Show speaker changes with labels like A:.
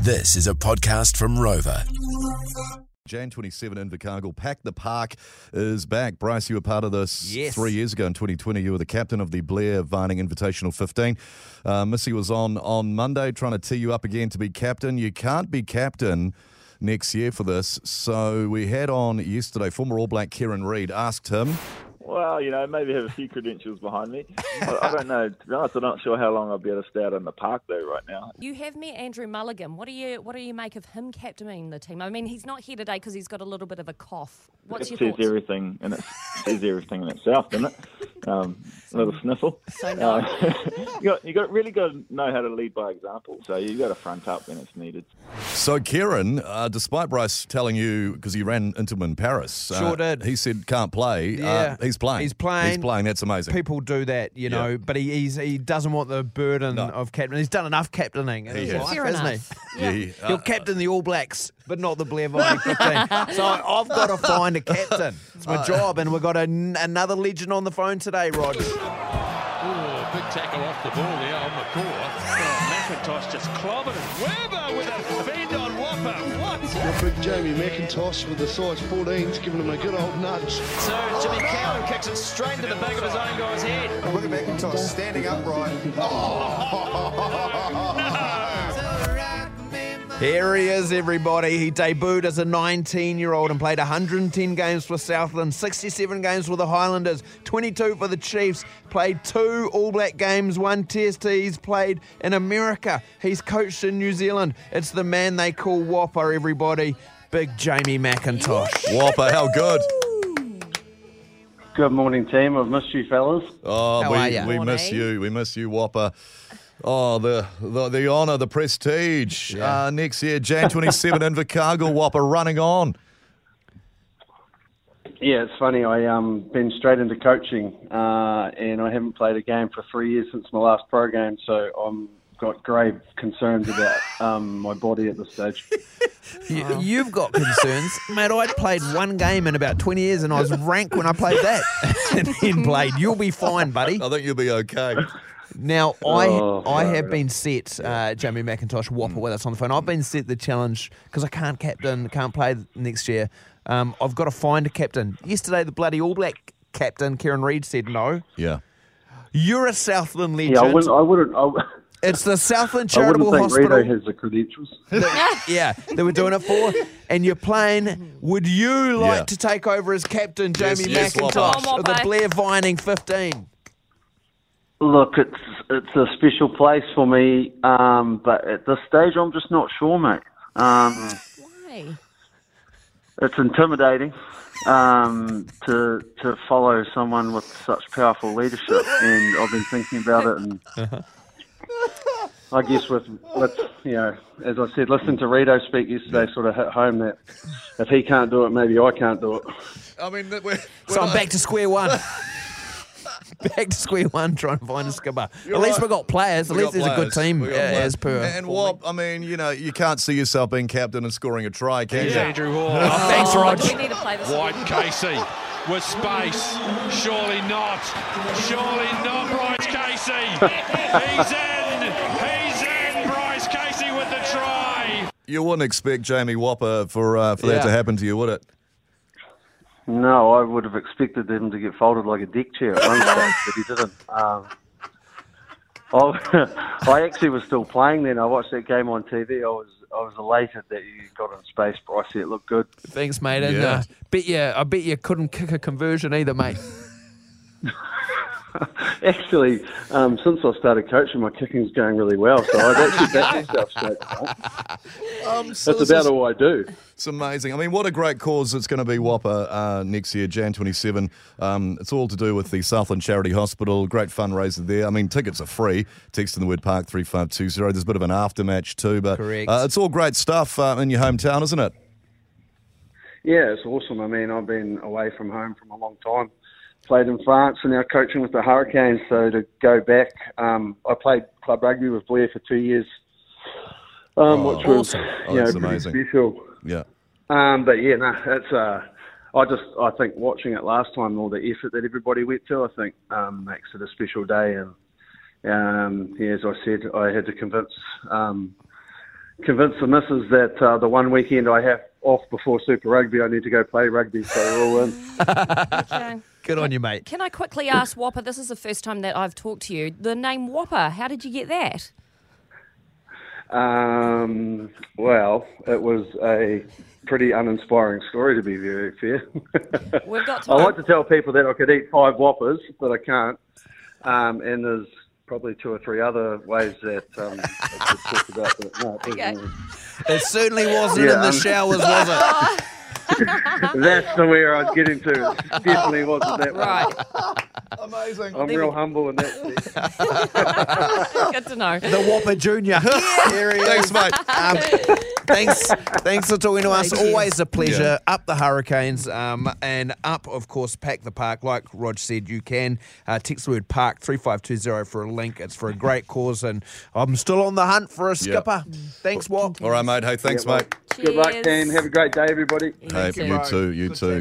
A: This is a podcast from Rover.
B: Jan 27 in Invercargill, Pack the Park is back. Bryce, you were part of this
C: Yes.
B: three years ago in 2020. You were the captain of the Blair Varning Invitational 15. Uh, Missy was on on Monday trying to tee you up again to be captain. You can't be captain next year for this. So we had on yesterday former All Black Kieran Reid, asked him.
D: Well, you know, maybe have a few credentials behind me. I, I don't know. To be honest, I'm not sure how long I'll be able to stay out in the park though. Right now,
E: You have met Andrew Mulligan. What do you what do you make of him captaining the team? I mean, he's not here today because he's got a little bit of a cough. What's
D: it
E: your
D: says
E: thoughts?
D: everything, and it says everything in itself, doesn't it? Um, a little sniffle. Uh,
E: So no.
D: you got, you got really got to know how to lead by example. So you got to front up when it's needed.
B: So Kieran, uh, despite Bryce telling you, because he ran into him in Paris. uh,
C: Sure did.
B: He said, can't play. uh,
C: Yeah.
B: he's playing.
C: He's playing.
B: He's playing. That's amazing.
C: People do that, you know, but he he's, he doesn't want the burden
B: No.
C: of captain. He's done enough captaining in
B: He Uh,
C: his
B: has.
C: life,
E: Fair
C: hasn't
E: enough.
C: he?
B: Yeah, he-
C: He'll captain the All Blacks, but not the Blair Vine 15. so I've got to find a captain. It's
B: Uh,
C: my job, and we've got an, another legend on the phone today, Rod.
F: Oh, big tackle off the ball there on McCaw. Oh, McIntosh just clobbered it. Weber with a fend on Whopper. What?
G: Big Jamie McIntosh with the size 14s, giving him a good old nudge.
F: So Jimmy Cowan kicks it straight into the back of his own guy's head.
H: Look at McIntosh standing upright.
C: Here he is, everybody. He debuted as a 19 year old and played 110 games for Southland, 67 games for the Highlanders, 22 for the Chiefs, played two All Black games, one Test. He's played in America. He's coached in New Zealand. It's the man they call Whopper, everybody. Big Jamie McIntosh.
B: uh, Whopper, how good.
I: Good morning, team. I've missed you, fellas.
B: Oh,
C: How
B: we,
C: are ya?
B: we miss
E: Morning.
B: you. We miss you, Whopper. Oh, the the, the honour, the prestige. Uh, next year, Jan 27 Invercargill, Whopper running on.
I: Yeah, it's funny. I um been straight into coaching, uh, and I haven't played a game for three years since my last pro game. So I'm got grave concerns about um, my body at this stage.
C: You, you've got concerns. Mate, I played one game in about 20 years and I was rank when I played that and then played. You'll be fine, buddy.
B: I think you'll be okay.
C: Now I
I: Oh,
C: I
I: far
C: have
I: out.
C: been set uh, Jamie McIntosh Whopper with us on the phone. I've been set the challenge because I can't captain, can't play next year. Um, I've got to find a captain. Yesterday, the bloody All Black captain Kieran Reid said no.
B: Yeah.
C: You're a Southland legend.
I: Yeah, I wouldn't. I wouldn't. I, w-
C: it's the Southland
I: I wouldn't
C: Charitable
I: think
C: Hospital.
I: Rito has the credentials.
C: that- yeah, they were doing it for. And you're playing. Would you like
B: Yeah.
C: to take over as captain,
B: Yes,
C: Jamie
B: yes, Whopper.
C: McIntosh,
E: Come on,
C: of the
E: Whopper.
C: Blair Vining 15?
I: Look, it's it's a special place for me, um, but at this stage, I'm just not sure, mate. Um,
E: Why?
I: it's intimidating um, to to follow someone with such powerful leadership, and I've been thinking about it, and I guess with with you know, as I said, listening to Rito speak yesterday sort of hit home that if he can't do it, maybe I can't do it.
B: I mean, that we're,
C: So I'm back to square one. back to square one, trying to find a skipper.
B: You're
C: at least
B: right.
C: we've got players. At
B: we
C: least
B: got
C: there's a good
B: players.
C: team
B: We
C: uh,
B: got players.
C: as per.
B: And Whop, I mean, you know, you can't see yourself being captain and scoring a try, can
F: Here's
B: you?
F: Andrew Hall.
C: Thanks,
E: Oh,
C: Rog.
E: do we need to play this?
F: Wide Casey with space. Surely not. Surely not, Bryce Casey. He's in. He's in. Bryce Casey with the try.
B: You wouldn't expect Jamie Whopper for uh, for that
C: Yeah.
B: to happen to you, would it?
I: No, I would have expected him to get folded like a deck chair at one stage, but he didn't. Um, I, I actually was still playing then. I watched that game on TV. I was I was elated that you got in space, Bryce. It looked good.
C: Thanks, mate. And
B: Yeah.
C: uh, bet you, I bet you couldn't kick a conversion either, mate.
I: Actually, um, since I started coaching, my kicking's going really well. So I've actually backed myself straight.
B: Um, so
I: That's
B: this
I: about
B: is-
I: all I do.
B: It's amazing. I mean, what a great cause it's going to be, Whopper, uh, next year, Jan 27. Um, it's all to do with the Southland Charity Hospital. Great fundraiser there. I mean, tickets are free. Text in the word park 3520. There's a bit of an aftermatch too, but
C: Correct.
B: Uh, it's all great stuff uh, in your hometown, isn't it?
I: Yeah, it's awesome. I mean, I've been away from home for a long time. Played in France and now coaching with the Hurricanes. So to go back, um, I played club rugby with Blair for two years, um,
B: Oh,
I: which was
B: awesome. Oh,
I: you know,
B: that's
I: pretty
B: amazing.
I: special.
B: Yeah.
I: Um, but yeah, no, it's uh, I just I think watching it last time, all the effort that everybody went to, I think um, makes it a special day. And um, yeah, as I said, I had to convince um, convince the missus that uh, the one weekend I have off before Super Rugby, I need to go play rugby. So we're all in.
E: Okay.
C: Good on you, mate.
E: Can I quickly ask Whopper? This is the first time that I've talked to you. The name Whopper, how did you get that?
I: Um, well, it was a pretty uninspiring story, to be very fair.
E: We've got
I: I
E: time.
I: like to tell people that I could eat five whoppers, but I can't. Um, and there's probably two or three other ways that um, I could talk about that. No, it
E: Okay.
I: doesn't-
C: It certainly wasn't in
I: Yeah,
C: the
I: um,
C: showers, was it?
I: That's the way I'd get into. It definitely wasn't that one.
E: Right,
B: Amazing.
I: I'm real humble in that sense.
E: good to know.
C: The Whopper Junior. There he is.
B: Thanks, mate.
C: Um, thanks, thanks for talking to us.
E: Thank you.
C: Always a pleasure. Up the Hurricanes um, and up, of course, pack the park. Like Rog said, you can uh, text the word park three five two zero for a link. It's for a great cause, and I'm still on the hunt for a skipper. Thanks, Walt.
B: All right, mate. Hey, thanks,
I: Yeah, well,
B: mate.
I: Good luck,
E: Cheers.
I: team. Have a great day, everybody.
E: You
B: hey,
E: too.
B: you too. You too.